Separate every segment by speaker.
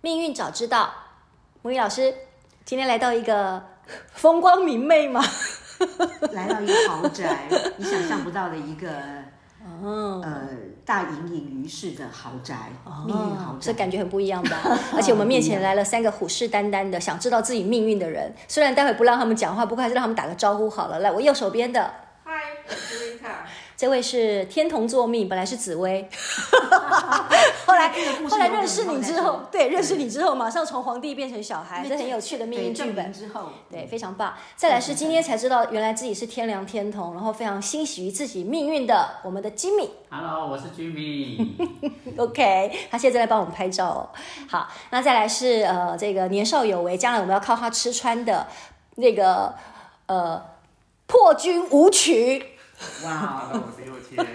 Speaker 1: 命运早知道，母语老师今天来到一个 风光明媚嘛，
Speaker 2: 来到一个豪宅，你想象不到的一个
Speaker 1: 哦，
Speaker 2: 呃大隐隐于市的豪宅，命运豪
Speaker 1: 嗯这
Speaker 2: 宅。
Speaker 1: 感觉很不一样 吧？而且我们面前来了三个虎视眈眈的想知道自己命运的人，虽然待会不让他们讲话，不过还是让他们打个招呼好了。来，我右手边的
Speaker 3: 嗨，我是 Rita。
Speaker 1: 这位是天童作命，本来是紫薇，后来
Speaker 2: 这个故事
Speaker 1: 后来
Speaker 2: 有点
Speaker 1: 认识你之
Speaker 2: 后
Speaker 1: 后
Speaker 2: 再说，
Speaker 1: 对，认识你之后马上从皇帝变成小孩，
Speaker 2: 那
Speaker 1: 这很有趣的命
Speaker 2: 对
Speaker 1: 运剧
Speaker 2: 证
Speaker 1: 本
Speaker 2: 明。之后，
Speaker 1: 对，非常棒。再来是今天才知道，原来自己是天良天童，然后非常欣喜于自己命运的我们的吉米。
Speaker 4: Hello，我是 Jimmy。
Speaker 1: OK，他现在在帮我们拍照哦。好，那再来是呃，这个年少有为，将来我们要靠他吃穿的那个呃破军舞曲，
Speaker 2: 哇，
Speaker 4: Hello，我是右谦。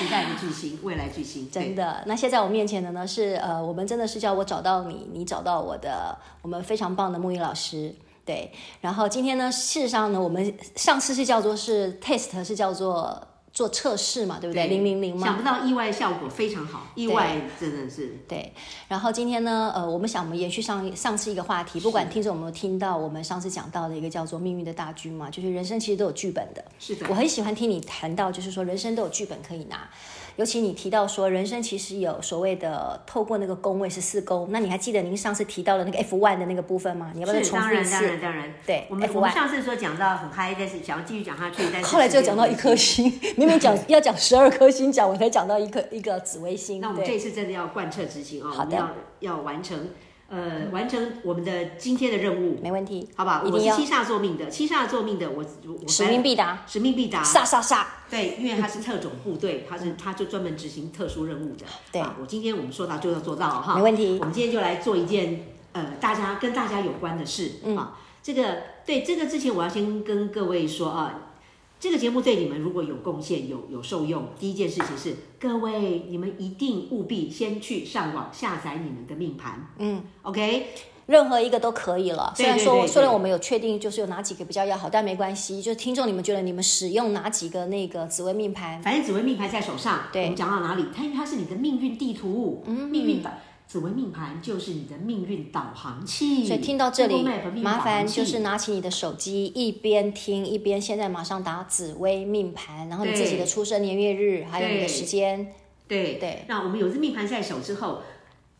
Speaker 2: 期待的 巨星，未来巨星，对
Speaker 1: 真的。那现在我面前的呢是呃，我们真的是叫我找到你，你找到我的，我们非常棒的木鱼老师。对，然后今天呢，事实上呢，我们上次是叫做是 test，是叫做做测试嘛，对不对？零零零嘛，
Speaker 2: 想不到意外效果非常好，意外真的是
Speaker 1: 对，然后今天呢，呃，我们想我们延续上一上次一个话题，不管听众有没有听到，我们上次讲到的一个叫做命运的大军嘛，就是人生其实都有剧本的。
Speaker 2: 是的
Speaker 1: 我，很喜欢听你谈到，就是说人生都有剧本可以拿，尤其你提到说人生其实有所谓的透过那个宫位是四宫，那你还记得您上次提到的那个 F one 的那个部分吗？你要不要再
Speaker 2: 是
Speaker 1: 重
Speaker 2: 当
Speaker 1: 复一
Speaker 2: 然当
Speaker 1: 次哎
Speaker 2: 然？当然，
Speaker 1: 对
Speaker 2: 我们
Speaker 1: F1
Speaker 2: 我们上次说讲到很嗨，但是想要继续讲下去，但是
Speaker 1: 后来就
Speaker 2: 时间
Speaker 1: 讲到一颗
Speaker 2: 关系。
Speaker 1: 星，明 明讲要讲十二颗星讲，我才讲到一颗一个紫微星。
Speaker 2: 那我们
Speaker 1: 对
Speaker 2: 这一次真的要贯彻执行哦，
Speaker 1: 好
Speaker 2: 我们
Speaker 1: 的
Speaker 2: 要要完成呃完成我们的今天的任务，
Speaker 1: 没问题，
Speaker 2: 好吧？
Speaker 1: 一
Speaker 2: 我
Speaker 1: 定
Speaker 2: 是
Speaker 1: 要
Speaker 2: 七煞座命的，七煞座命的，我我啊我
Speaker 1: 使命必达，
Speaker 2: 使命必达，
Speaker 1: 煞煞煞。
Speaker 2: 对，因为他是特种部队，他是他就专门执行特殊任务的。
Speaker 1: 对
Speaker 2: 啊，我今天我们说到就要做到哈，
Speaker 1: 没问题
Speaker 2: 我们今天就来做一件呃大家跟大家有关的事、
Speaker 1: 嗯
Speaker 2: 啊。这个对这个之前我要先跟各位说啊，这个节目对你们如果有贡献有有受用，第一件事情是各位你们一定务必先去上网下载你们的命盘。嗯，OK，
Speaker 1: 任何一个都可以了。
Speaker 2: 对
Speaker 1: 虽然
Speaker 2: 对
Speaker 1: 说，
Speaker 2: 对
Speaker 1: 虽然我们有确定就是有哪几个比较要好，但没关系。就是听众你们觉得你们使用哪几个那个紫微命盘？
Speaker 2: 反正紫微命盘在手上，
Speaker 1: 对嗯
Speaker 2: 我们讲到哪里？它因为它是你的命运地图，命运导紫微命盘就是你的命运导航器。
Speaker 1: 所以听到这里
Speaker 2: Google Map 命，运导
Speaker 1: 麻
Speaker 2: 航器
Speaker 1: 烦就是拿起你的手机，一边听一边现在马上打紫微命盘，然后你自己的出生年月日，还有你的时间。
Speaker 2: 对
Speaker 1: 对。
Speaker 2: 那我们有这命盘在手之后，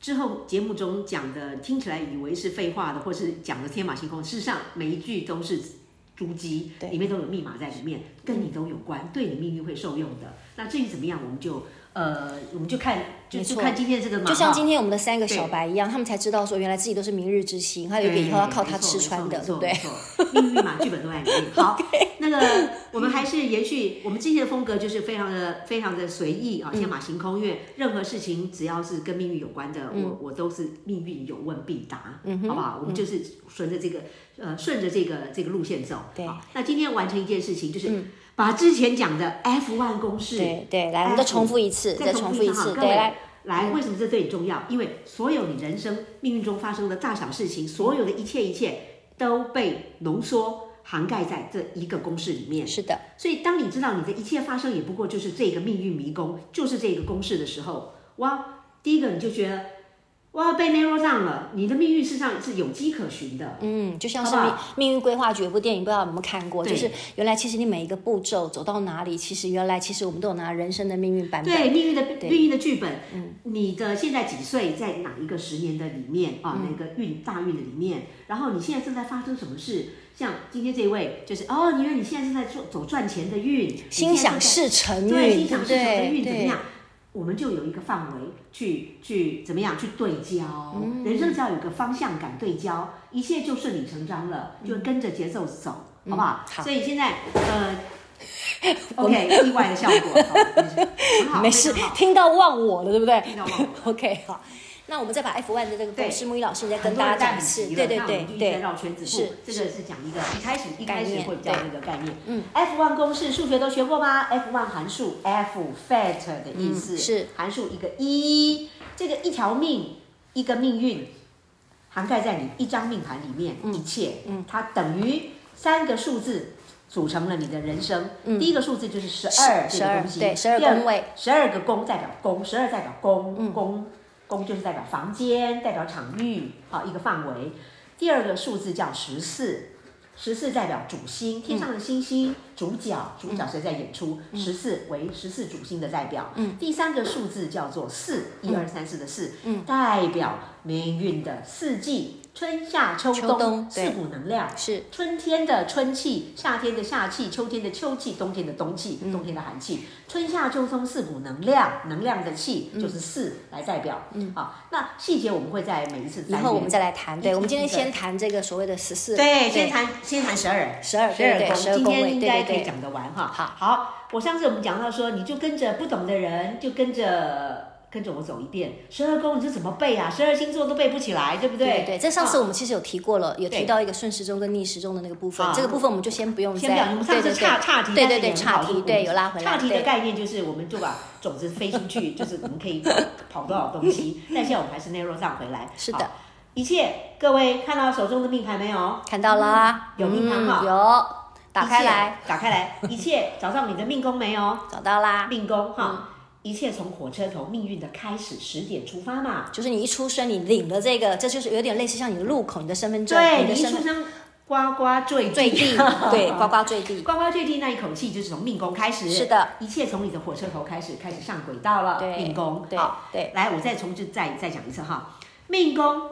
Speaker 2: 之后节目中讲的听起来以为是废话的，或是讲的天马行空，事实上每一句都是珠玑，
Speaker 1: 对
Speaker 2: 里面都有密码在里面，跟你都有关，对你命运会受用的。那至于怎么样，我们就呃，我们就看就
Speaker 1: 没
Speaker 2: 就
Speaker 1: 错
Speaker 2: 看今天这个嘛，
Speaker 1: 就像
Speaker 2: 哈
Speaker 1: 今天我们的三个
Speaker 2: 对
Speaker 1: 小白一样，他们才知道说原来自己都是明日之星，还有一个
Speaker 2: 对
Speaker 1: 以后要靠他
Speaker 2: 没错
Speaker 1: 吃穿的，
Speaker 2: 没
Speaker 1: 对
Speaker 2: 错
Speaker 1: 不对？
Speaker 2: 没错命运密码剧本都在里 面。好，那个我们还是延续我们之前的风格，就是非常的非常的随意
Speaker 1: 嗯
Speaker 2: 啊，天马行空。因为任何事情只要是跟命运有关的，
Speaker 1: 嗯
Speaker 2: 我我都是命运有问必答，好不好？我们就是顺着这个呃顺着这个这个路线走。
Speaker 1: 对嗯
Speaker 2: 好，那今天完成一件事情，就是把之前讲的 F one 公式
Speaker 1: 对对，来，我
Speaker 2: 哎
Speaker 1: 们再重复一次，再重复一次，
Speaker 2: 各
Speaker 1: 对，
Speaker 2: 位
Speaker 1: 来，
Speaker 2: 来，为什么这对你重要？因为所有你人生命运中发生的大小事情，所有的一切一切都被浓缩涵盖在这一个公式里面。
Speaker 1: 是的，
Speaker 2: 所以，当你知道你的一切发生也不过就是这个命运迷宫，就是这个公式的时候，哇，第一个你就觉得哇被 narrow down 了，你的命运事实上是有迹可循的。
Speaker 1: 嗯，就像是
Speaker 2: 好不
Speaker 1: 命
Speaker 2: 好
Speaker 1: 命运规划局有部电影，不知道有没有看过？就
Speaker 2: 对
Speaker 1: 是原来其实你每一个步骤走到哪里，其实原来其实我们都有拿人生的命运版本。嗯
Speaker 2: 对命运的命运的剧本，你的现在几岁，在哪一个十年的里面啊，
Speaker 1: 嗯
Speaker 2: 那个运大运的里面，然后你现在正在发生什么事？像今天这位，就是哦，你因为你现在正在做走赚钱的运，你
Speaker 1: 心
Speaker 2: 现在
Speaker 1: 想
Speaker 2: 正在
Speaker 1: 事成运，
Speaker 2: 对，
Speaker 1: 对
Speaker 2: 心
Speaker 1: 不
Speaker 2: 想事成的
Speaker 1: 对？
Speaker 2: 运怎么
Speaker 1: 对
Speaker 2: 样？我们就有一个范围去去怎么样去对焦，
Speaker 1: 嗯
Speaker 2: 人生只要有个方向感对焦，一切就顺理成章了，就跟着节奏走，好不好？
Speaker 1: 嗯好
Speaker 2: 所以现在呃 ，OK，意外的效果，好很好，
Speaker 1: 没事
Speaker 2: 非常，好
Speaker 1: 听到忘我了，对不对
Speaker 2: 听到忘
Speaker 1: ？OK，好，那我们再把 F one 的这个公
Speaker 2: 对
Speaker 1: 式，木鱼老师再跟
Speaker 2: 很多
Speaker 1: 大
Speaker 2: 人
Speaker 1: 家
Speaker 2: 在
Speaker 1: 讲一
Speaker 2: 很
Speaker 1: 次。
Speaker 2: 急
Speaker 1: 对
Speaker 2: 了，
Speaker 1: 对
Speaker 2: 那我
Speaker 1: 对
Speaker 2: 们就一直在
Speaker 1: 对，
Speaker 2: 绕圈子
Speaker 1: 是
Speaker 2: 不，这个是讲一个一开始一
Speaker 1: 概
Speaker 2: 开始
Speaker 1: 念
Speaker 2: 会比较
Speaker 1: 对
Speaker 2: 那个概念。嗯，F one 公式数学都学过吗？F one 函数，F fat 的意思、
Speaker 1: 嗯是
Speaker 2: 函数一个一，这个一条命一个命运涵盖在你一张命盘里面、一切，嗯，它等于三个数字。组成了你的人生，
Speaker 1: 嗯
Speaker 2: 第一个数字就是十二
Speaker 1: 是
Speaker 2: 这个东
Speaker 1: 12
Speaker 2: 西，
Speaker 1: 对12
Speaker 2: 第二
Speaker 1: 宫位，嗯
Speaker 2: 十二个宫代表宫，十二代表宫，宫宫就是代表房间，代表场域，好、一个范围。第二个数字叫十四，十四代表主
Speaker 1: 嗯
Speaker 2: 星，天上的星星，主角，主角谁在演出？十四为十四主星的代表。嗯，第三个数字叫做四，一二三四的四，嗯，代表命运的四季，春夏秋冬，
Speaker 1: 秋冬对
Speaker 2: 四股能量。
Speaker 1: 是
Speaker 2: 春天的春气，夏天的夏气，秋天的秋气，冬天的冬气，
Speaker 1: 嗯
Speaker 2: 冬天的寒气，春夏秋冬四股能量，能量的气就是四来代表。嗯，好，那细节我们会在每一次
Speaker 1: 以
Speaker 2: 单
Speaker 1: 后我
Speaker 2: 元
Speaker 1: 们再来谈。
Speaker 2: 一
Speaker 1: 对，
Speaker 2: 个
Speaker 1: 我们今天
Speaker 2: 一个
Speaker 1: 先谈这个所谓的十四，
Speaker 2: 对，先谈先谈十二。
Speaker 1: 十二，
Speaker 2: 十
Speaker 1: 对
Speaker 2: 二
Speaker 1: 对对，十
Speaker 2: 宫，
Speaker 1: 二
Speaker 2: 今
Speaker 1: 宫
Speaker 2: 天
Speaker 1: 位，
Speaker 2: 应
Speaker 1: 对
Speaker 2: 该
Speaker 1: 对
Speaker 2: 可以
Speaker 1: 对，
Speaker 2: 讲得完哈。
Speaker 1: 好
Speaker 2: 好，我上次我们讲到说，你就跟着不懂的人，就跟着跟着我走一遍，十二宫你是怎么背啊？十二星座都背不起来，对不对？
Speaker 1: 对对，这上次
Speaker 2: 啊
Speaker 1: 我们其实有提过了，有提到一个顺时钟跟逆时钟的那个部分
Speaker 2: 啊，
Speaker 1: 这个部分我们就先不用
Speaker 2: 先不
Speaker 1: 再
Speaker 2: 要，我，们
Speaker 1: 对
Speaker 2: 上
Speaker 1: 对
Speaker 2: 次
Speaker 1: 对
Speaker 2: 岔岔题，
Speaker 1: 对
Speaker 2: 但
Speaker 1: 对对
Speaker 2: 是也很
Speaker 1: 岔
Speaker 2: 好
Speaker 1: 题
Speaker 2: 入股
Speaker 1: 对有拉回来
Speaker 2: 岔题
Speaker 1: 对
Speaker 2: 的概念就是，我们就把种子飞出去，就是我们可以跑多少东西。但现在我们还是 narrow down 回来。
Speaker 1: 是的
Speaker 2: 好，一切各位看到手中的命盘没有？
Speaker 1: 看到啦，
Speaker 2: 有命盘哈
Speaker 1: 嗯有，打开来
Speaker 2: 一切，打开来，一切找到你的命宫没有？
Speaker 1: 找到啦，
Speaker 2: 命宫哈，一切从火车头命运的开始十点出发嘛。
Speaker 1: 就是你一出生你领了这个，这就是有点类似像你的路口、你的身份证、你
Speaker 2: 对，你
Speaker 1: 的
Speaker 2: 一
Speaker 1: 身
Speaker 2: 出
Speaker 1: 份
Speaker 2: 生呱呱坠
Speaker 1: 坠地，对，呱呱坠地，
Speaker 2: 呱呱坠地那一口气 就是从命宫开始，
Speaker 1: 是的，
Speaker 2: 一切从你的火车头开始，开始上轨道了。
Speaker 1: 对
Speaker 2: 命宫，
Speaker 1: 对
Speaker 2: 好，
Speaker 1: 对，
Speaker 2: 来，我再重就再再讲一次哈，命宫，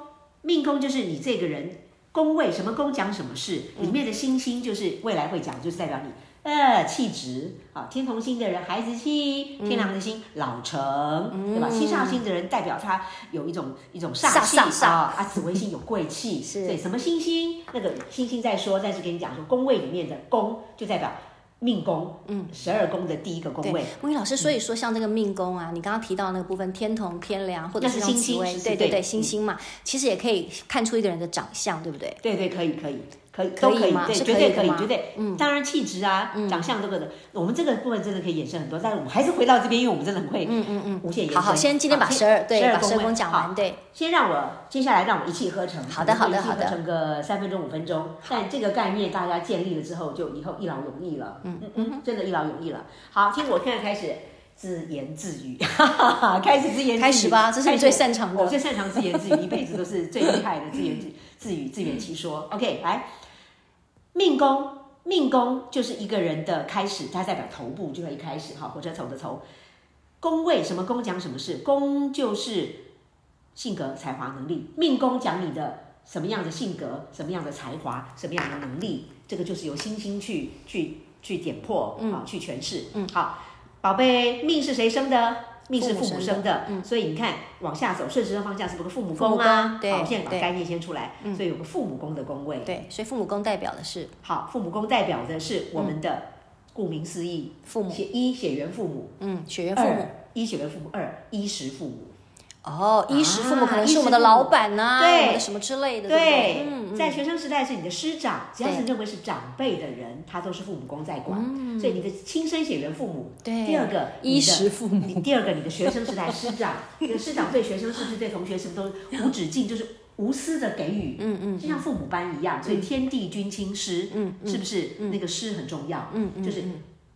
Speaker 2: 命宫就是你这个人宫位，什么宫讲什么事，
Speaker 1: 嗯
Speaker 2: 里面的星星就是未来会讲，就是代表你。呃，气质啊，天同星的人孩子气，
Speaker 1: 嗯
Speaker 2: 天狼的星、老成，对吧？七煞星的人代表他有一种一种煞气
Speaker 1: 煞煞煞
Speaker 2: 啊，啊，紫微星有贵 气，
Speaker 1: 是
Speaker 2: 对什么星星？那个星星在说，但是跟你讲说，宫位里面的宫就代表命宫，嗯，十二宫的第一个宫位
Speaker 1: 对，，木易老师，所以说像这个命宫啊，你刚刚提到那个部分，天同、天梁或者
Speaker 2: 那
Speaker 1: 是
Speaker 2: 是
Speaker 1: 像
Speaker 2: 星
Speaker 1: 紫
Speaker 2: 星
Speaker 1: 微，对
Speaker 2: 是是
Speaker 1: 对
Speaker 2: 对
Speaker 1: 对，
Speaker 2: 嗯
Speaker 1: 星星嘛，其实也可以看出一个人的长相，对不对？
Speaker 2: 对对，可以可以可以
Speaker 1: 可
Speaker 2: 都
Speaker 1: 以
Speaker 2: 可以
Speaker 1: 吗，
Speaker 2: 对，
Speaker 1: 是
Speaker 2: 绝
Speaker 1: 可以
Speaker 2: 对
Speaker 1: 的
Speaker 2: 可以
Speaker 1: 吗，
Speaker 2: 绝对。嗯，当然气质啊，
Speaker 1: 嗯
Speaker 2: 长相这个的，我们这个部分真的可以衍生很多。但是我们还是回到这边，因为我们真的很会，嗯嗯嗯，无限延伸。
Speaker 1: 好好，先今天把十二对
Speaker 2: 12
Speaker 1: 把十二
Speaker 2: 位
Speaker 1: 宫讲
Speaker 2: 好
Speaker 1: 完，对，
Speaker 2: 先让我接下来让我一气呵成，
Speaker 1: 好的好的
Speaker 2: 一气
Speaker 1: 好的
Speaker 2: 呵成个三分钟五分钟。但这个概念大家建立了之后，就以后一劳永逸了，嗯嗯嗯，真的一劳永逸了。好，听我现在开始自言自语， 开始自言自语，
Speaker 1: 开始吧，这是你最擅长
Speaker 2: 我
Speaker 1: 的。
Speaker 2: 最擅长自言自语，一辈子都是最厉害的自言自自语自圆其说。OK，来，命宫，命宫就是一个人的开始，它代表头部，就在一开始哈，火车头的头。宫位什么宫讲什么事，宫就是性格、才华、能力，命宫讲你的什么样的性格、什么样的才华、什么样的能力，这个就是由星星去去去点破，啊，去诠释，嗯，好，宝贝，命是谁生的？命是父母生的，所以你看往下走，顺时针方向是不是个父母
Speaker 1: 嗯
Speaker 2: 宫
Speaker 1: 父母
Speaker 2: 啊
Speaker 1: 宫？对
Speaker 2: 好，现在把
Speaker 1: 对嗯
Speaker 2: 概念先出来，所以有个父母宫的宫位。
Speaker 1: 对，所以父母宫代表的是
Speaker 2: 好，父母宫代表的是我们的，顾名思义，
Speaker 1: 嗯父母，
Speaker 2: 血一血缘父母，
Speaker 1: 嗯，血缘父母
Speaker 2: 二。一血缘父母，二衣食父母。
Speaker 1: 哦，衣食父母
Speaker 2: 啊
Speaker 1: 可能
Speaker 2: 衣
Speaker 1: 是
Speaker 2: 食
Speaker 1: 我们的
Speaker 2: 父
Speaker 1: 老
Speaker 2: 母
Speaker 1: 板呐、
Speaker 2: 对
Speaker 1: 我们的什么之类的，不
Speaker 2: 对，
Speaker 1: 对？嗯，
Speaker 2: 在学生时代是你的师长，只要是认为是长辈的人，他都是父母宫在管，所以你的亲生血缘父母。
Speaker 1: 嗯对
Speaker 2: 第二个
Speaker 1: 衣食父母，
Speaker 2: 母，你第二个你的学生时代师 长，你的师长对学生是不是对同学是不是都无止境，就是无私的给予，嗯嗯，就像父母般一样，
Speaker 1: 嗯
Speaker 2: 所以天地君亲师，嗯，是不是那个师很重要？嗯嗯，就是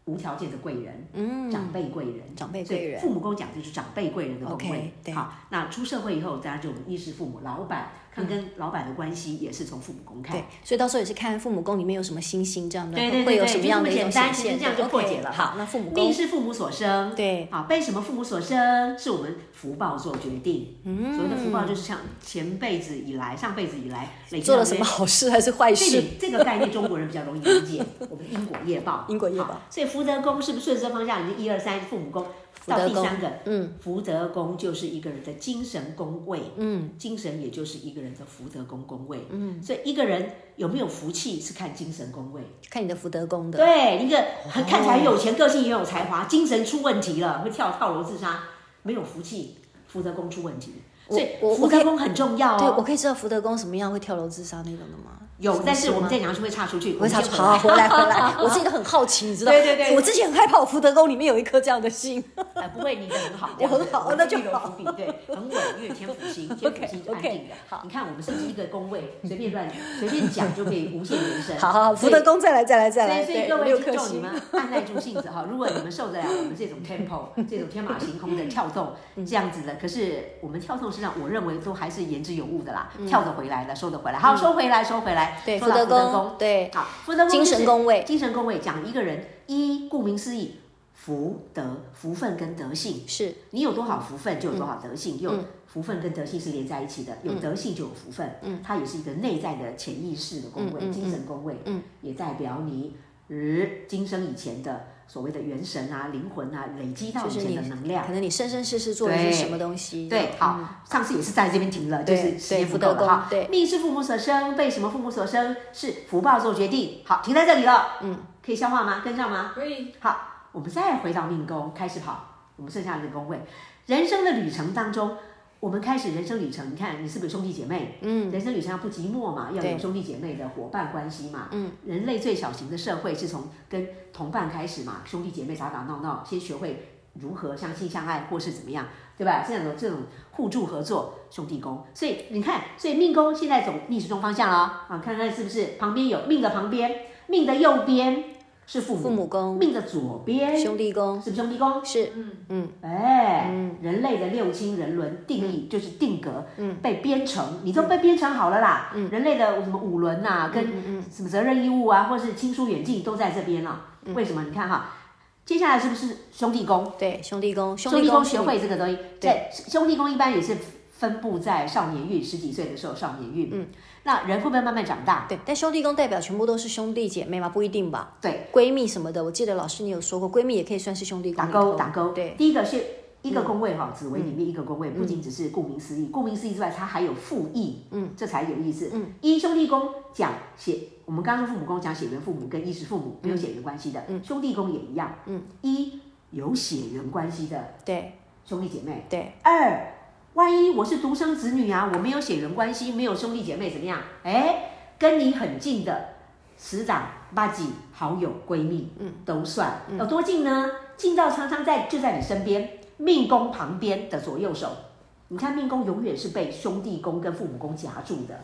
Speaker 2: 无条件的贵人，嗯，长辈贵人，
Speaker 1: 长辈贵人
Speaker 2: 所以父母宫讲的就是长辈贵人的宫
Speaker 1: OK，
Speaker 2: 位。
Speaker 1: 对
Speaker 2: 好，那出社会以后，当然就衣食父母，老板看跟老板的关系也是从父母宫看。
Speaker 1: 嗯对，所以到时候也是看父母宫里面有什么星星这样的，
Speaker 2: 对对对
Speaker 1: 会有
Speaker 2: 对
Speaker 1: 什么
Speaker 2: 就
Speaker 1: 样
Speaker 2: 这
Speaker 1: 的
Speaker 2: 么
Speaker 1: 一种
Speaker 2: 简
Speaker 1: 显
Speaker 2: 单其实
Speaker 1: 现。
Speaker 2: 这样
Speaker 1: 对
Speaker 2: 就破
Speaker 1: OK，
Speaker 2: 解了
Speaker 1: 好，那父母
Speaker 2: 命
Speaker 1: 宫
Speaker 2: 是父母所生，
Speaker 1: 对
Speaker 2: 好被什么父母所生，是我们福报做决定。嗯，所谓的福报就是像前辈子以来、上辈子以来累积
Speaker 1: 做
Speaker 2: 到
Speaker 1: 了
Speaker 2: 这
Speaker 1: 什
Speaker 2: 些
Speaker 1: 么好事还是坏
Speaker 2: 这
Speaker 1: 事
Speaker 2: 个？这个概念，中国人比较容易理解。我们因果业 报，
Speaker 1: 哦因果业报
Speaker 2: 好。所以福德宫是不是顺时针方向？你就一二三，父母宫
Speaker 1: 福
Speaker 2: 到
Speaker 1: 德
Speaker 2: 第
Speaker 1: 宫
Speaker 2: 三个，
Speaker 1: 嗯，
Speaker 2: 福德宫就是一个人的精神宫位，
Speaker 1: 嗯，
Speaker 2: 精神也就是一个人的福德宫宫位，嗯，所以一个人有没有福气是看精神宫位。
Speaker 1: 看你的福德宫的，哦
Speaker 2: 对，一个很看起来很有钱，个性也有才华，精神出问题了，会跳跳楼自杀，没有福气，福德宫出问题。所以
Speaker 1: 我我
Speaker 2: 福
Speaker 1: 可以
Speaker 2: 德宫很重要
Speaker 1: 对，
Speaker 2: 哦。
Speaker 1: 我可以知道福德宫什么样会跳楼自杀那种的吗？
Speaker 2: 有，但是我们
Speaker 1: 这
Speaker 2: 在讲是会岔出去，
Speaker 1: 我会查
Speaker 2: 们
Speaker 1: 出
Speaker 2: 先
Speaker 1: 好回来回来，我自己都很好奇，你知道？
Speaker 2: 对对对
Speaker 1: 我之前很害怕我福德宫里面有一颗这样的心。
Speaker 2: 哎，不会，你的很好，
Speaker 1: 我很好
Speaker 2: 这样子
Speaker 1: 那就
Speaker 2: 我们预留
Speaker 1: 好
Speaker 2: 伏笔，对，很稳，因为天府 星，天府星是安
Speaker 1: OK，OK，
Speaker 2: 定的。
Speaker 1: 好
Speaker 2: 你看我们是不是一个宫位，随便乱随便讲就可以无限延 伸。
Speaker 1: 好好好，福德宫再来再来再
Speaker 2: 所以，
Speaker 1: 来，
Speaker 2: 所以
Speaker 1: 对，
Speaker 2: 各
Speaker 1: 五六
Speaker 2: 位听
Speaker 1: 颗
Speaker 2: 众，你
Speaker 1: 星
Speaker 2: 们。 按耐住性子哈，如果你们受得了我们这种 tempo、这种天马行空的 跳动，
Speaker 1: 嗯
Speaker 2: 这样子的，可是我们跳动是让我认为都还是言之有物的啦，跳得回来的，收得回来，好，收回来，收回
Speaker 1: 嗯
Speaker 2: 来，
Speaker 1: 对，
Speaker 2: 说
Speaker 1: 福德
Speaker 2: 到福德
Speaker 1: 宫
Speaker 2: 宫，，
Speaker 1: 对，
Speaker 2: 好，福德宫
Speaker 1: 精
Speaker 2: 就是
Speaker 1: 神宫位
Speaker 2: 精神宫位讲一个人，一顾名思义，福德福分跟德性，
Speaker 1: 是
Speaker 2: 你有多少福分
Speaker 1: 嗯
Speaker 2: 就有多少德性，有福分跟德性是连在一起的，有德性就有福分，嗯，它也是一个内在的潜意识的宫位，
Speaker 1: 嗯嗯嗯
Speaker 2: 精神宫位，
Speaker 1: 嗯，
Speaker 2: 也代表你日今生以前的所谓的元神啊、灵魂啊，累积到以
Speaker 1: 就是
Speaker 2: 前
Speaker 1: 你
Speaker 2: 的能量。
Speaker 1: 可能你生生世世做的
Speaker 2: 对
Speaker 1: 是什么东西？
Speaker 2: 对，好，上次也是在这边停了，就
Speaker 1: 对
Speaker 2: 是时
Speaker 1: 对
Speaker 2: 间
Speaker 1: 福
Speaker 2: 不
Speaker 1: 德
Speaker 2: 够
Speaker 1: 宫
Speaker 2: 了哈。
Speaker 1: 对
Speaker 2: 命是父母所生，被什么父母所生，是福报做决定。好，停在这里了。嗯，可以消化吗？跟上吗？
Speaker 3: 可以，
Speaker 2: 好，我们再回到命宫，开始跑。我们剩下的宫位，人生的旅程当中，我们开始人生旅程。你看，你是不是有兄弟姐妹？嗯，人生旅程要不寂寞嘛，要
Speaker 1: 对
Speaker 2: 有兄弟姐妹的伙伴关系嘛。嗯，人类最小型的社会是从跟同伴开始嘛，兄弟姐妹打打闹闹，先学会如何相亲相爱，或是怎么样，对吧？这种这种互助合作，兄弟宫。所以你看，所以命宫现在走逆时钟方向了啊，看看是不是旁边有命的旁边，命的右边是父母，
Speaker 1: 父母宫、
Speaker 2: 命的左边是
Speaker 1: 兄弟宫
Speaker 2: 不是兄弟宫？
Speaker 1: 是
Speaker 2: 哎，人类的六亲人伦定义就是定格，被编程，你都被编程好了啦。人类的什么五伦呐、跟什么责任义务啊，或是亲疏远近都在这边了、为什么？你看哈，接下来是不是兄弟宫？
Speaker 1: 对兄弟宫，
Speaker 2: 兄弟宫嗯
Speaker 1: 是
Speaker 2: 学
Speaker 1: 你
Speaker 2: 会这个东西，对，兄弟宫一般也是分布在少年运，十几岁的时候少年运。嗯，那人会不会慢慢长大？
Speaker 1: 对，但兄弟宫代表全部都是兄弟姐妹吗？不一定吧。
Speaker 2: 对，
Speaker 1: 闺蜜什么的，我记得老师你有说过，闺蜜也可以算是兄弟宫
Speaker 2: 打
Speaker 1: 里头
Speaker 2: 勾嗯打勾。
Speaker 1: 对，
Speaker 2: 第一个是一个宫位哈，紫薇里面一个宫位，不仅只是顾名思义，顾名思义之外，它还有复义，嗯，这才有意思。嗯，一兄弟宫讲血，我们刚刚说父母宫讲血缘父母跟衣食父母没有血缘关系的，兄弟宫也一样，嗯，一有血缘关系的
Speaker 1: 对
Speaker 2: 兄弟姐妹，
Speaker 1: 对，
Speaker 2: 二。万一我是独生子女啊，我没有血缘关系，没有兄弟姐妹，怎么样？哎，跟你很近的死党、八几好友、闺蜜，嗯，都算。有多近呢？近到常常在就在你身边，命宫旁边的左右手。你看命宫永远是被兄弟宫跟父母宫夹住的，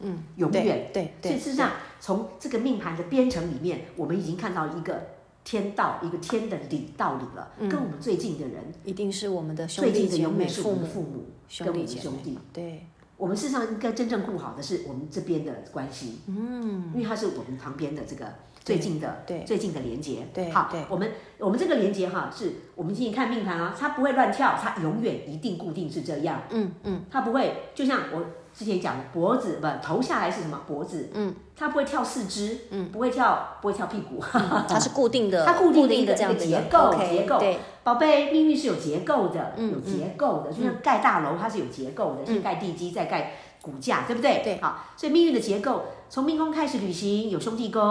Speaker 2: 嗯，永
Speaker 1: 对
Speaker 2: 远。
Speaker 1: 对
Speaker 2: 所以
Speaker 1: 对
Speaker 2: 事实上，从这个命盘的编程里面，我们已经看到一个天道，一个天的理道理了，跟我们最近的人，
Speaker 1: 一定是我们的兄
Speaker 2: 最
Speaker 1: 弟
Speaker 2: 近的
Speaker 1: 姐
Speaker 2: 永
Speaker 1: 妹、
Speaker 2: 远是我
Speaker 1: 父
Speaker 2: 们的
Speaker 1: 母、
Speaker 2: 父母跟
Speaker 1: 兄
Speaker 2: 我
Speaker 1: 弟
Speaker 2: 们的
Speaker 1: 姐
Speaker 2: 兄
Speaker 1: 妹
Speaker 2: 弟。，
Speaker 1: 对
Speaker 2: 我们事实上应该真正顾好的是我们这边的关系，嗯，因为它是我们旁边的这个最近的
Speaker 1: 对
Speaker 2: 最近的连接，
Speaker 1: 对
Speaker 2: 好
Speaker 1: 对，
Speaker 2: 我们我们这个连接哈，是我们今天看命盘啊，它不会乱跳，它永远一定固定是这样，
Speaker 1: 嗯嗯，
Speaker 2: 它不会就像我之前讲的脖子不头下来是什么脖子，嗯，它不会跳四肢，嗯，不会跳不会跳屁股，
Speaker 1: 嗯它是固定的，
Speaker 2: 它固定的一个
Speaker 1: 这样的一
Speaker 2: 一个
Speaker 1: 个
Speaker 2: 结构
Speaker 1: OK，
Speaker 2: 结构
Speaker 1: 对
Speaker 2: 宝贝，命运是有结构的，
Speaker 1: 嗯
Speaker 2: 有结构的，就像盖大楼，它是有结构的，先盖地基，再盖骨架，对不对？
Speaker 1: 对
Speaker 2: 好，所以命运的结构，从命宫开始旅行，有兄弟宫，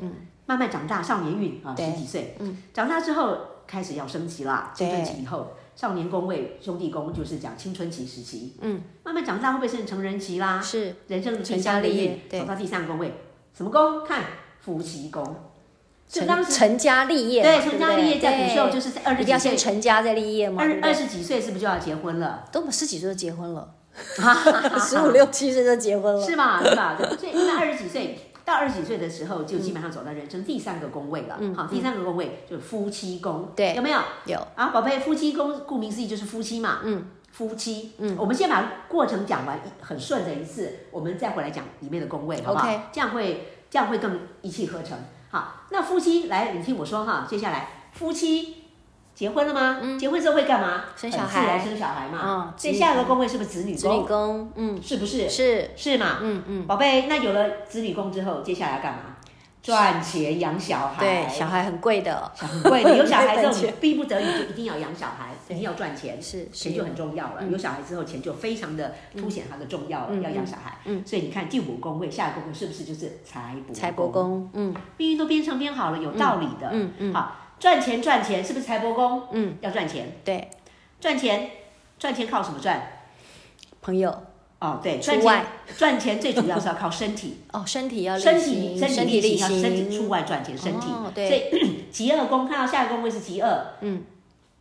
Speaker 2: 嗯，慢慢长大，少年运啊，
Speaker 1: 对
Speaker 2: 十几岁，嗯，长大之后开始要升级啦，青春
Speaker 1: 对
Speaker 2: 期以后，少年宫位兄弟宫就是讲青春期时期，嗯，慢慢长大会不会是成人期啦？
Speaker 1: 是
Speaker 2: 人生的
Speaker 1: 成
Speaker 2: 成
Speaker 1: 家
Speaker 2: 家
Speaker 1: 立
Speaker 2: 立
Speaker 1: 业
Speaker 2: 业，
Speaker 1: 对
Speaker 2: 走到第三宫位，什么宫？看夫妻宫，所以当
Speaker 1: 成
Speaker 2: 时
Speaker 1: 成家立业嘛，
Speaker 2: 对
Speaker 1: 不
Speaker 2: 成家立业在古
Speaker 1: 对
Speaker 2: 秀就是在二十
Speaker 1: 一定要
Speaker 2: 几
Speaker 1: 先
Speaker 2: 岁。
Speaker 1: 成家再立业嘛，对
Speaker 2: 二
Speaker 1: 不对
Speaker 2: 二十几岁是不是就要结婚了？
Speaker 1: 都十几岁就结婚 了，十五六七岁就结婚了，
Speaker 2: 是吧？是吧？对，所以一般二十几岁到二十几岁的时候，就基本上走到人生第三个宫位了。好，第三个宫位就是夫妻宫，
Speaker 1: 嗯对
Speaker 2: 有没有？
Speaker 1: 有
Speaker 2: 啊，宝贝，夫妻宫顾名思义就是夫妻嘛。嗯，夫妻。嗯，我们先把过程讲完，一很顺的一次，我们再回来讲里面的宫位，好不好
Speaker 1: OK
Speaker 2: 这样会这样会更一气呵成。好，那夫妻来，你听我说哈，接下来夫妻。结婚了吗？结婚之后会干嘛？
Speaker 1: 嗯生小
Speaker 2: 很自
Speaker 1: 孩
Speaker 2: 然生小孩嘛
Speaker 1: 嗯。
Speaker 2: 所以下一个宫位是不是子女
Speaker 1: 子女
Speaker 2: 宫？
Speaker 1: 宫，嗯，
Speaker 2: 是不是？
Speaker 1: 是，
Speaker 2: 是嘛？
Speaker 1: 嗯嗯，
Speaker 2: 宝贝，那有了子女宫之后，接下来要干嘛？赚钱养小孩。
Speaker 1: 对，小孩很贵的，
Speaker 2: 很贵的，有小孩 之
Speaker 1: 没本
Speaker 2: 后
Speaker 1: 钱，
Speaker 2: 逼不得已就一定要养小孩，一定要赚钱，
Speaker 1: 是嗯是
Speaker 2: 钱就很重要了。有小孩之后，钱就非常的凸显
Speaker 1: 嗯
Speaker 2: 它的重要了，要养小孩。所以你看第五宫位，下一个宫位是不是就是财帛？
Speaker 1: 财帛，宫，嗯，
Speaker 2: 命运都编成编好了，有道理的。嗯嗯，好，赚钱赚钱是不是财帛宫？嗯，要赚钱，
Speaker 1: 对，
Speaker 2: 赚钱赚钱靠什么赚？
Speaker 1: 朋友
Speaker 2: 哦，对，
Speaker 1: 出
Speaker 2: 赚钱
Speaker 1: 外
Speaker 2: 赚钱最主要是要靠身体，
Speaker 1: 哦，身体要力
Speaker 2: 身
Speaker 1: 行
Speaker 2: 体身
Speaker 1: 体
Speaker 2: 体力
Speaker 1: 力
Speaker 2: 行要身体出
Speaker 1: 行，
Speaker 2: 外赚钱，身体
Speaker 1: 哦。对
Speaker 2: 所以 极恶宫看到下一个宫位是极恶，嗯，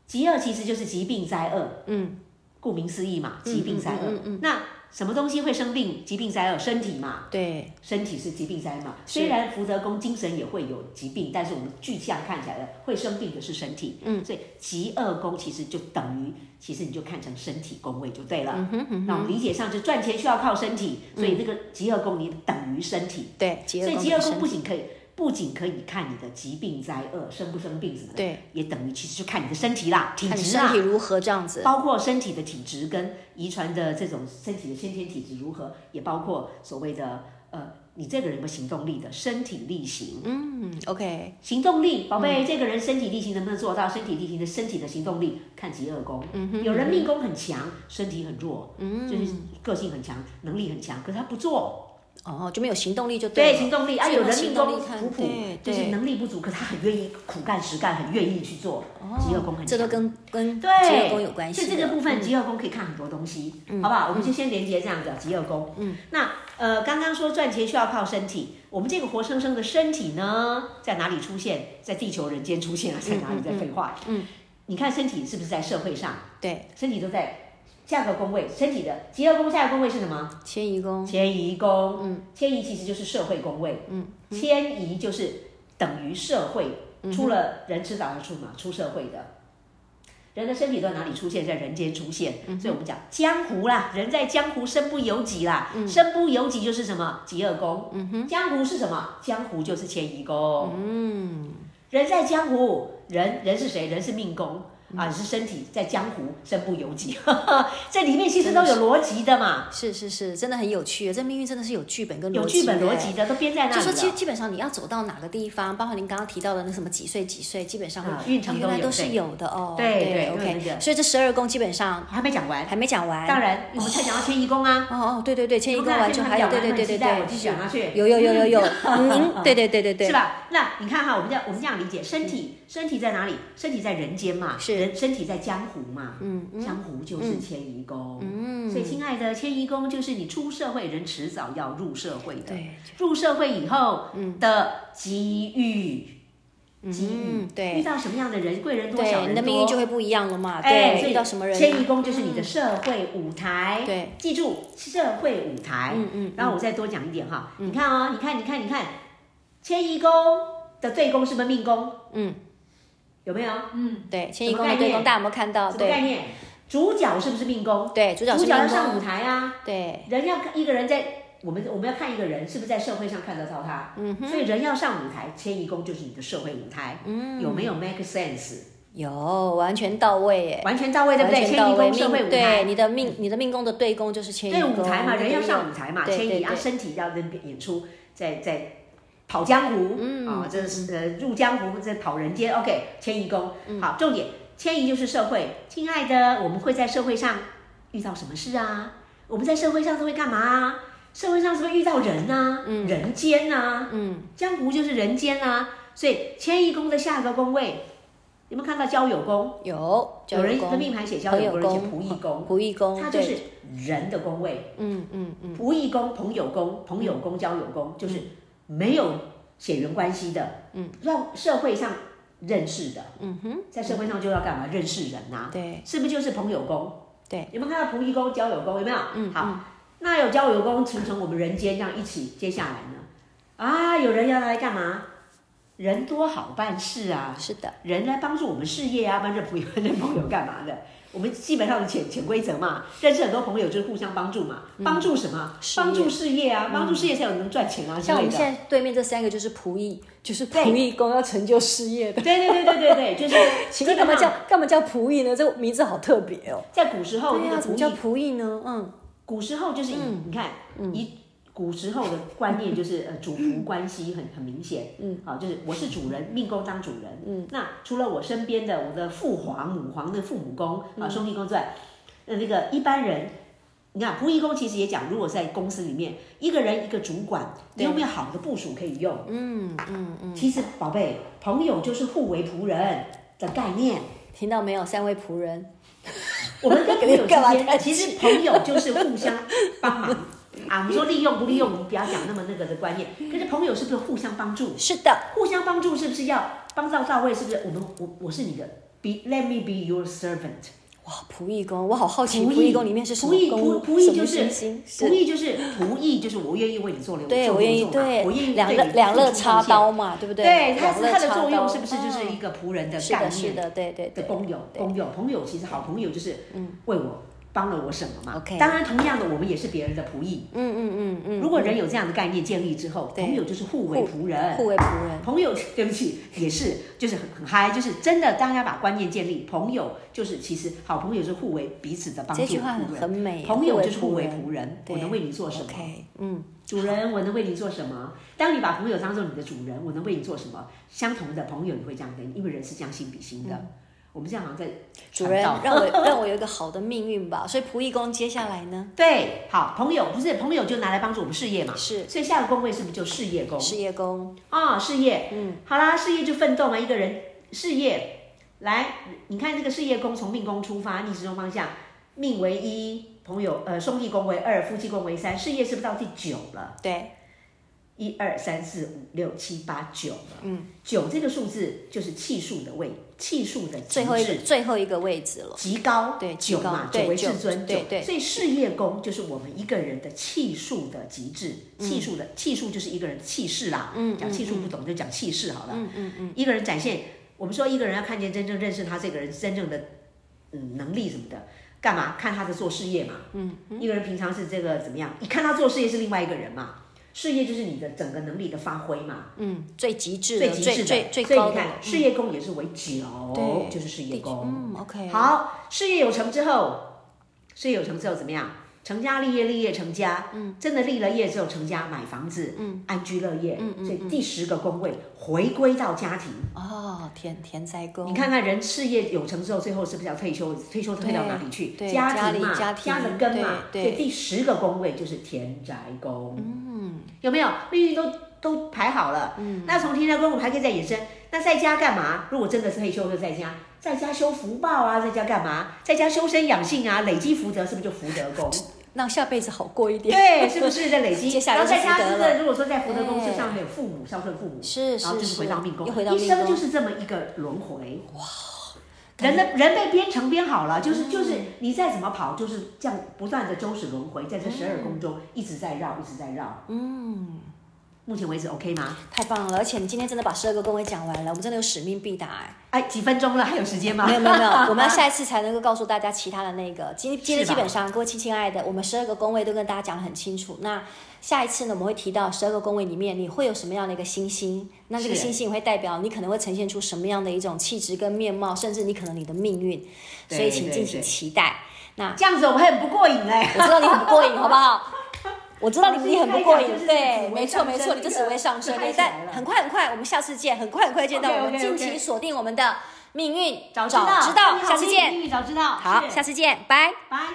Speaker 2: 极恶其实就是疾病灾厄，
Speaker 1: 嗯，
Speaker 2: 顾名思义嘛，疾病灾厄。
Speaker 1: 嗯嗯
Speaker 2: 那什么东西会生病？疾病灾厄，身体嘛，
Speaker 1: 对，
Speaker 2: 身体是疾病灾嘛。
Speaker 1: 是
Speaker 2: 虽然福德宫精神也会有疾病，但是我们具象看起来的会生病的是身体，嗯，所以极恶宫其实就等于，其实你就看成身体宫位就对了。
Speaker 1: 嗯
Speaker 2: 那我们理解上就赚钱需要靠身体，所以那个极恶宫你等于身体，
Speaker 1: 对，极
Speaker 2: 所
Speaker 1: 恶
Speaker 2: 以
Speaker 1: 宫
Speaker 2: 极恶
Speaker 1: 本
Speaker 2: 宫
Speaker 1: 身
Speaker 2: 不仅可以。不仅可以看你的疾病灾厄、生不生病什么的，
Speaker 1: 对，
Speaker 2: 也等于其实就看你的身体啦、体
Speaker 1: 看你
Speaker 2: 质
Speaker 1: 身
Speaker 2: 啊啦
Speaker 1: 体，如何这样子，
Speaker 2: 包括身体的体质跟遗传的这种身体的先天体质如何，也包括所谓的呃，你这个人有没有行动力的身体力行，
Speaker 1: 嗯，OK，嗯
Speaker 2: 行动力，宝贝，这个人身体力行能不能做到？身体力行的身体的行动力看极恶宫，
Speaker 1: 嗯
Speaker 2: 有人命宫很强，身体很弱，就是个性很强，能力很强，可是他不做，
Speaker 1: 哦，就没有行动力就
Speaker 2: 对，
Speaker 1: 了
Speaker 2: 行动力啊，
Speaker 1: 所以
Speaker 2: 有
Speaker 1: 用
Speaker 2: 人命
Speaker 1: 行动
Speaker 2: 宫
Speaker 1: 力看
Speaker 2: 普普
Speaker 1: 对，
Speaker 2: 就是
Speaker 1: 对
Speaker 2: 能力不足，可是他很愿意苦干实干，很愿意去做，极恶宫很强，
Speaker 1: 这都跟跟极
Speaker 2: 对，
Speaker 1: 恶宫有关系
Speaker 2: 所
Speaker 1: 的，
Speaker 2: 以这个部分极恶宫可以看很多东西，好不好？我们就先连接这样子极恶宫。嗯，那呃，刚刚说赚钱需要靠身体，我们这个活生生的身体呢，在哪里出现？在地球人间出现啊，在哪里？在废话。嗯，你看身体是不是在社会上？
Speaker 1: 对
Speaker 2: 身体都在下个宫位，身体的极恶宫下个宫位是什么？
Speaker 1: 迁移宫，
Speaker 2: 迁移宫，嗯，迁移其实就是社会宫位，嗯，迁移就是等于社会，出了人迟早要出嘛，出社会的。人的身体都在哪里出现，在人间出现，所以我们讲江湖啦，人在江湖身不由己啦，身不由己就是什么极恶宫，江湖是什么？江湖就是迁移宫，嗯人在江湖，人人是谁？人是命宫啊，是身体在江湖身不由己， 这里面其实都有逻辑的嘛，
Speaker 1: 是是是，真的很有趣，这命运真的是有剧本跟
Speaker 2: 有
Speaker 1: 逻辑
Speaker 2: 剧本
Speaker 1: 的欸
Speaker 2: 逻辑的都编在那
Speaker 1: 就
Speaker 2: 里哦
Speaker 1: 说基
Speaker 2: 了。
Speaker 1: 基本上你要走到哪个地方，包括您刚刚提到的那什么几岁几岁，基本上
Speaker 2: 啊
Speaker 1: 会
Speaker 2: 运
Speaker 1: 哦
Speaker 2: 程都
Speaker 1: 原来
Speaker 2: 有
Speaker 1: 都是
Speaker 2: 对
Speaker 1: 有的哦。
Speaker 2: 对对都有那
Speaker 1: ，OK，
Speaker 2: 个
Speaker 1: 所以这十二宫基本上
Speaker 2: 还没讲完，
Speaker 1: 还没讲完。
Speaker 2: 当然我们才讲到迁移宫啊，
Speaker 1: 哦哦，对对对，迁移
Speaker 2: 我
Speaker 1: 宫
Speaker 2: 看
Speaker 1: 完就还有，对对对对
Speaker 2: 我继
Speaker 1: 对，
Speaker 2: 续讲下去。
Speaker 1: 有有有有 有，嗯，对对对对
Speaker 2: 是
Speaker 1: 对，
Speaker 2: 吧？那你看哈，我们这样我们这样理解，身体身体在哪里？身体在人间嘛，
Speaker 1: 是
Speaker 2: 人身体在江湖嘛，
Speaker 1: 嗯
Speaker 2: 江湖就是迁移宫，嗯，所以亲爱的，迁移宫就是你出社会人迟早要入社会的，
Speaker 1: 对，
Speaker 2: 入社会以后的机遇，机遇
Speaker 1: 嗯，对
Speaker 2: 遇到什么样的人，贵人多少
Speaker 1: 对，
Speaker 2: 人多，
Speaker 1: 你的命运就会不一样了嘛。
Speaker 2: 哎，所
Speaker 1: 对，
Speaker 2: 以
Speaker 1: 遇到什么人，嗯
Speaker 2: 迁移宫就是你的社会舞台。
Speaker 1: 对，
Speaker 2: 记住社会舞台。
Speaker 1: 嗯嗯
Speaker 2: 然后我再多讲一点哈，你看哦，你看，你看，你看，迁移宫的对宫是不是命宫？
Speaker 1: 嗯，
Speaker 2: 有没有？
Speaker 3: 嗯，
Speaker 1: 对，迁移
Speaker 2: 什
Speaker 1: 宫
Speaker 2: 么
Speaker 1: 的
Speaker 2: 概
Speaker 1: 对
Speaker 2: 念
Speaker 1: 宫，大家有没有看到？
Speaker 2: 什么概
Speaker 1: 哦对
Speaker 2: 念？主角是不是命宫？
Speaker 1: 对，主角是
Speaker 2: 要
Speaker 1: 命
Speaker 2: 上舞
Speaker 1: 宫，
Speaker 2: 台啊，
Speaker 1: 对，
Speaker 2: 人要一个人在。我们我们要看一个人是不是在社会上看得到他，嗯所以人要上舞台，迁移宫就是你的社会舞台，嗯，有没有 make sense？
Speaker 1: 有完全到位耶。
Speaker 2: 完全到位，对不对？
Speaker 1: 完全
Speaker 2: 迁
Speaker 1: 到
Speaker 2: 移
Speaker 1: 位
Speaker 2: 宫社会舞台
Speaker 1: 对，你的命，你的命宫的对宫就是迁移
Speaker 2: 对
Speaker 1: 宫，
Speaker 2: 舞台嘛，人要上舞台嘛，
Speaker 1: 对
Speaker 2: 迁移
Speaker 1: 对
Speaker 2: 啊，
Speaker 1: 对
Speaker 2: 身体要跟演出，在在跑江湖，
Speaker 1: 嗯
Speaker 2: 啊，这是呃入江湖，这跑人间，OK，迁移宫，
Speaker 1: 嗯
Speaker 2: 好，重点，迁移就是社会，亲爱的，我们会在社会上遇到什么事啊？我们在社会上都会干嘛啊？社会上是不是遇到人呐、人间呐、
Speaker 1: 嗯，
Speaker 2: 江湖就是人间呐、所以迁移宫的下一个宫位，有没有看到交友宫？
Speaker 1: 有
Speaker 2: 有人的
Speaker 1: 宫、
Speaker 2: 命盘写交
Speaker 1: 朋
Speaker 2: 友
Speaker 1: 友
Speaker 2: 宫，有人写
Speaker 1: 宫、
Speaker 2: 仆役宫，
Speaker 1: 仆役宫，
Speaker 2: 它就
Speaker 1: 对
Speaker 2: 是人的宫位。
Speaker 1: 嗯嗯嗯，
Speaker 2: 仆役宫、朋友宫、朋友宫、交友宫，就是没有血缘关系的，嗯，让社会上认识的，嗯哼，在社会上就要干嘛？认识人呐、
Speaker 1: 对
Speaker 2: 是不是就是朋友宫？
Speaker 1: 对，
Speaker 2: 有没有看到仆役宫、交友宫？有没有？嗯，好，那有交友宫形成我们人间这样一起，接下来呢？啊，有人要来干嘛？人多好办事啊，
Speaker 1: 是的，
Speaker 2: 人来帮助我们事业啊，帮认朋友 认朋友干嘛的？我们基本上的潜潜规则嘛，认识很多朋友就是互相帮助嘛，帮助什么？
Speaker 1: 嗯事业嗯
Speaker 2: 帮助事业啊，帮助事业才有能赚钱啊之
Speaker 1: 像我
Speaker 2: 类
Speaker 1: 们现
Speaker 2: 的。
Speaker 1: 在对面这三个就是仆役，就是
Speaker 2: 对啊
Speaker 1: 仆役宫要成就事业的。
Speaker 2: 对对对对对对，就是
Speaker 1: 奇怪，
Speaker 2: 基
Speaker 1: 干嘛
Speaker 2: 本上
Speaker 1: 叫干嘛叫仆役呢？这名字好特别哦。
Speaker 2: 在古时候
Speaker 1: 对
Speaker 2: 那
Speaker 1: 呀，
Speaker 2: 个
Speaker 1: 怎么
Speaker 2: 仆
Speaker 1: 叫
Speaker 2: 役，
Speaker 1: 仆役呢？嗯，
Speaker 2: 古时候就是以你看以古时候的观念就是呃主仆关系很很明显，嗯，好，就是我是主人，命宫当主人，嗯，那除了我身边的我的父皇、母皇的父母宫啊兄弟宫之外，呃那个一般人。你看，仆役宫其实也讲，如果在公司里面，一个人一个主管，你有没有好的部署可以用？嗯嗯嗯。其实，宝贝，朋友就是互为仆人的概念。
Speaker 1: 听到没有？三位仆人，
Speaker 2: 我们跟朋 友之
Speaker 1: 干嘛
Speaker 2: 间，
Speaker 1: 叹
Speaker 2: 其
Speaker 1: 气
Speaker 2: 实朋友就是互相帮忙啊。我 们说利用不利用，我们不要讲那么那个的观念。可是朋友是不是互相帮助？
Speaker 1: 是的，
Speaker 2: 互相帮助是不是要帮到到位？是不是我们我我是你的，be let me be your servant。
Speaker 1: 哇，仆役宫，我好好奇
Speaker 2: 仆
Speaker 1: 仆
Speaker 2: 役
Speaker 1: 役宫里面是什么
Speaker 2: 仆役
Speaker 1: 宫？
Speaker 2: 仆仆役
Speaker 1: 什么
Speaker 2: 就是
Speaker 1: 星星
Speaker 2: 仆役就是仆役，就是我愿意为你做流，
Speaker 1: 对
Speaker 2: 做
Speaker 1: 我愿意
Speaker 2: 工作嘛
Speaker 1: 对
Speaker 2: 我愿意
Speaker 1: 两
Speaker 2: 啊对
Speaker 1: 肋
Speaker 2: 你
Speaker 1: 两
Speaker 2: 付
Speaker 1: 肋
Speaker 2: 出
Speaker 1: 插
Speaker 2: 贡献
Speaker 1: 刀嘛，对不对？
Speaker 2: 对，它
Speaker 1: 两
Speaker 2: 是
Speaker 1: 肋
Speaker 2: 它的
Speaker 1: 插
Speaker 2: 作用
Speaker 1: 刀
Speaker 2: 是不是就是一
Speaker 1: 嗯
Speaker 2: 个仆人的
Speaker 1: 是
Speaker 2: 概
Speaker 1: 的，
Speaker 2: 念？
Speaker 1: 是的，对对
Speaker 2: 的
Speaker 1: 对，
Speaker 2: 工友，
Speaker 1: 对
Speaker 2: 工友，朋友其实好朋友就是，为我帮了我什么嘛。
Speaker 1: 嗯 OK
Speaker 2: 当然，同样的，我们也是别人的仆役。
Speaker 1: 嗯嗯嗯嗯，
Speaker 2: 如果人有这样的概念建立之后，
Speaker 1: 对
Speaker 2: 朋友就是互为仆
Speaker 1: 互
Speaker 2: 人。
Speaker 1: 为仆人，
Speaker 2: 朋友， 对不起，也是，就是很很嗨，就是真的，大家把观念建立，朋友就是其实好朋友是互为彼此的帮助
Speaker 1: 这句话很
Speaker 2: 仆人
Speaker 1: 很美，啊
Speaker 2: 朋友就是互
Speaker 1: 互
Speaker 2: 为
Speaker 1: 人
Speaker 2: 仆人，
Speaker 1: 对
Speaker 2: 我能为你做什么？
Speaker 1: OK，嗯，
Speaker 2: 主人，我能为你做什么？当你把朋友当做你的主人，我能为你做什么？相同的朋友，你会这样跟，因为人是这样心比心
Speaker 1: 嗯
Speaker 2: 的。我们这样好像在
Speaker 1: 主
Speaker 2: 传
Speaker 1: 人
Speaker 2: 道
Speaker 1: 让我 让我有一个好的命运吧。所以仆役宫接下来呢
Speaker 2: 对，好朋友不是朋友就拿来帮助我们事业嘛，
Speaker 1: 是
Speaker 2: 所以下个宫位是不是就事业宫
Speaker 1: 事业宫，
Speaker 2: 啊、事业，嗯，好啦，事业就奋斗嘛，一个人事业，来，你看这个事业宫从命宫出发，逆时钟方向，命为一，朋友呃兄弟宫为二，夫妻宫为三，事业是不是到第九了？
Speaker 1: 对，
Speaker 2: 一二三四五六七八九了，嗯，九这个数字就是气数的位，气数的极
Speaker 1: 最后一个
Speaker 2: 致
Speaker 1: 最后一个位置了，
Speaker 2: 极高，
Speaker 1: 对极
Speaker 2: 九嘛，
Speaker 1: 高
Speaker 2: 九
Speaker 1: 对
Speaker 2: 为
Speaker 1: 九
Speaker 2: 至尊，
Speaker 1: 对
Speaker 2: 九
Speaker 1: 对
Speaker 2: 所以事业宫就是我们一个人的气数的极致，气数的气数就是一个人的气势啦，嗯，讲气数不懂就讲气势好了，嗯嗯嗯，一个人展现，我们说一个人要看见真正认识他这个人真正的嗯能力什么的。干嘛看他的做事业嘛？嗯，一个人平常是这个怎么样？你看他做事业是另外一个人嘛？事业就是你的整个能力的发挥嘛。
Speaker 1: 嗯，最极致
Speaker 2: 最
Speaker 1: 的
Speaker 2: 极致
Speaker 1: 最
Speaker 2: 的，
Speaker 1: 最最
Speaker 2: 所以
Speaker 1: 高
Speaker 2: 你
Speaker 1: 的
Speaker 2: 看，
Speaker 1: 了，
Speaker 2: 事业宫也是为九
Speaker 1: 对，
Speaker 2: 就是事业宫。
Speaker 1: 嗯，OK，，
Speaker 2: 好，事业有成之后，事业有成之后怎么样？成家立业，立业成家，嗯，真的立了业之后成家买房子，嗯，安居乐业，嗯所以第十个宫位回归到家庭。
Speaker 1: 哦，田田宅宫，
Speaker 2: 你看看人事业有成之后，最后是不是要退休？退休退到哪里去？
Speaker 1: 对对
Speaker 2: 家庭嘛，
Speaker 1: 家里家庭
Speaker 2: 的根嘛。所
Speaker 1: 对
Speaker 2: 以
Speaker 1: 对
Speaker 2: 第十个宫位就是田宅宫。嗯，有没有命运都都排好了？嗯，那从田宅宫我们还可以再延伸。那在家干嘛？如果真的是退休就在家，在家修福报啊，在家干嘛？在家修身养性啊，累积福德，是不是就福德 宫？
Speaker 1: 让下辈子好过一点，
Speaker 2: 对，是不是在累 积？
Speaker 1: 接下来
Speaker 2: 然后在
Speaker 1: 就是
Speaker 2: 家
Speaker 1: 福德
Speaker 2: 真
Speaker 1: 了
Speaker 2: 的，如果说在福德宫，
Speaker 1: 对
Speaker 2: 就上面有父母，孝顺父母，
Speaker 1: 是
Speaker 2: 然后
Speaker 1: 是
Speaker 2: 就是
Speaker 1: 是，
Speaker 2: 回到命宫，
Speaker 1: 又回到
Speaker 2: 一
Speaker 1: 命
Speaker 2: 生就
Speaker 1: 宫，
Speaker 2: 是这么一个轮回。哇，人的人被编程编好了，
Speaker 1: 嗯
Speaker 2: 就是就是你再怎么跑，就是这样不断的周始轮回，在这十
Speaker 1: 嗯
Speaker 2: 二宫中一直在绕，一直在绕。嗯，目前为止 OK 吗？
Speaker 1: 太棒了！而且你今天真的把十二个宫位讲完了，我们真的有使命必达哎。
Speaker 2: 哎，几分钟了，还有时间 吗？
Speaker 1: 没有没有没有，我们要下一次才能够告诉大家其他的那 个。今今天
Speaker 2: 是吧
Speaker 1: 基本上各位亲亲爱的，我们十二个宫位都跟大家讲得很清楚。那下一次呢，我们会提到十二个宫位里面你会有什么样的一个星星，那这个
Speaker 2: 是
Speaker 1: 星星会代表你可能会呈现出什么样的一种气质跟面貌，甚至你可能你的命运。
Speaker 2: 对
Speaker 1: 所以请
Speaker 2: 对
Speaker 1: 敬请
Speaker 2: 对
Speaker 1: 期待。那
Speaker 2: 这样子我们很不过瘾嘞。
Speaker 1: 我知道你很不过瘾，好不好？我知道你你很不过瘾
Speaker 2: 我是，一开始
Speaker 1: 对，
Speaker 2: 就是
Speaker 1: 没错没错，你就
Speaker 2: 紫
Speaker 1: 只
Speaker 2: 薇
Speaker 1: 会上
Speaker 2: 上升
Speaker 1: 升
Speaker 2: 就嗨，起来
Speaker 1: 但
Speaker 2: 了
Speaker 1: 很快很快，我们下次见，很快很快见到我们，
Speaker 2: OK，OK，OK
Speaker 1: 敬请锁定我们的命运
Speaker 2: 知道，
Speaker 1: 知道，下次见。
Speaker 2: 早知道，
Speaker 1: 好，
Speaker 2: 是
Speaker 1: 下次见，拜。
Speaker 2: 拜。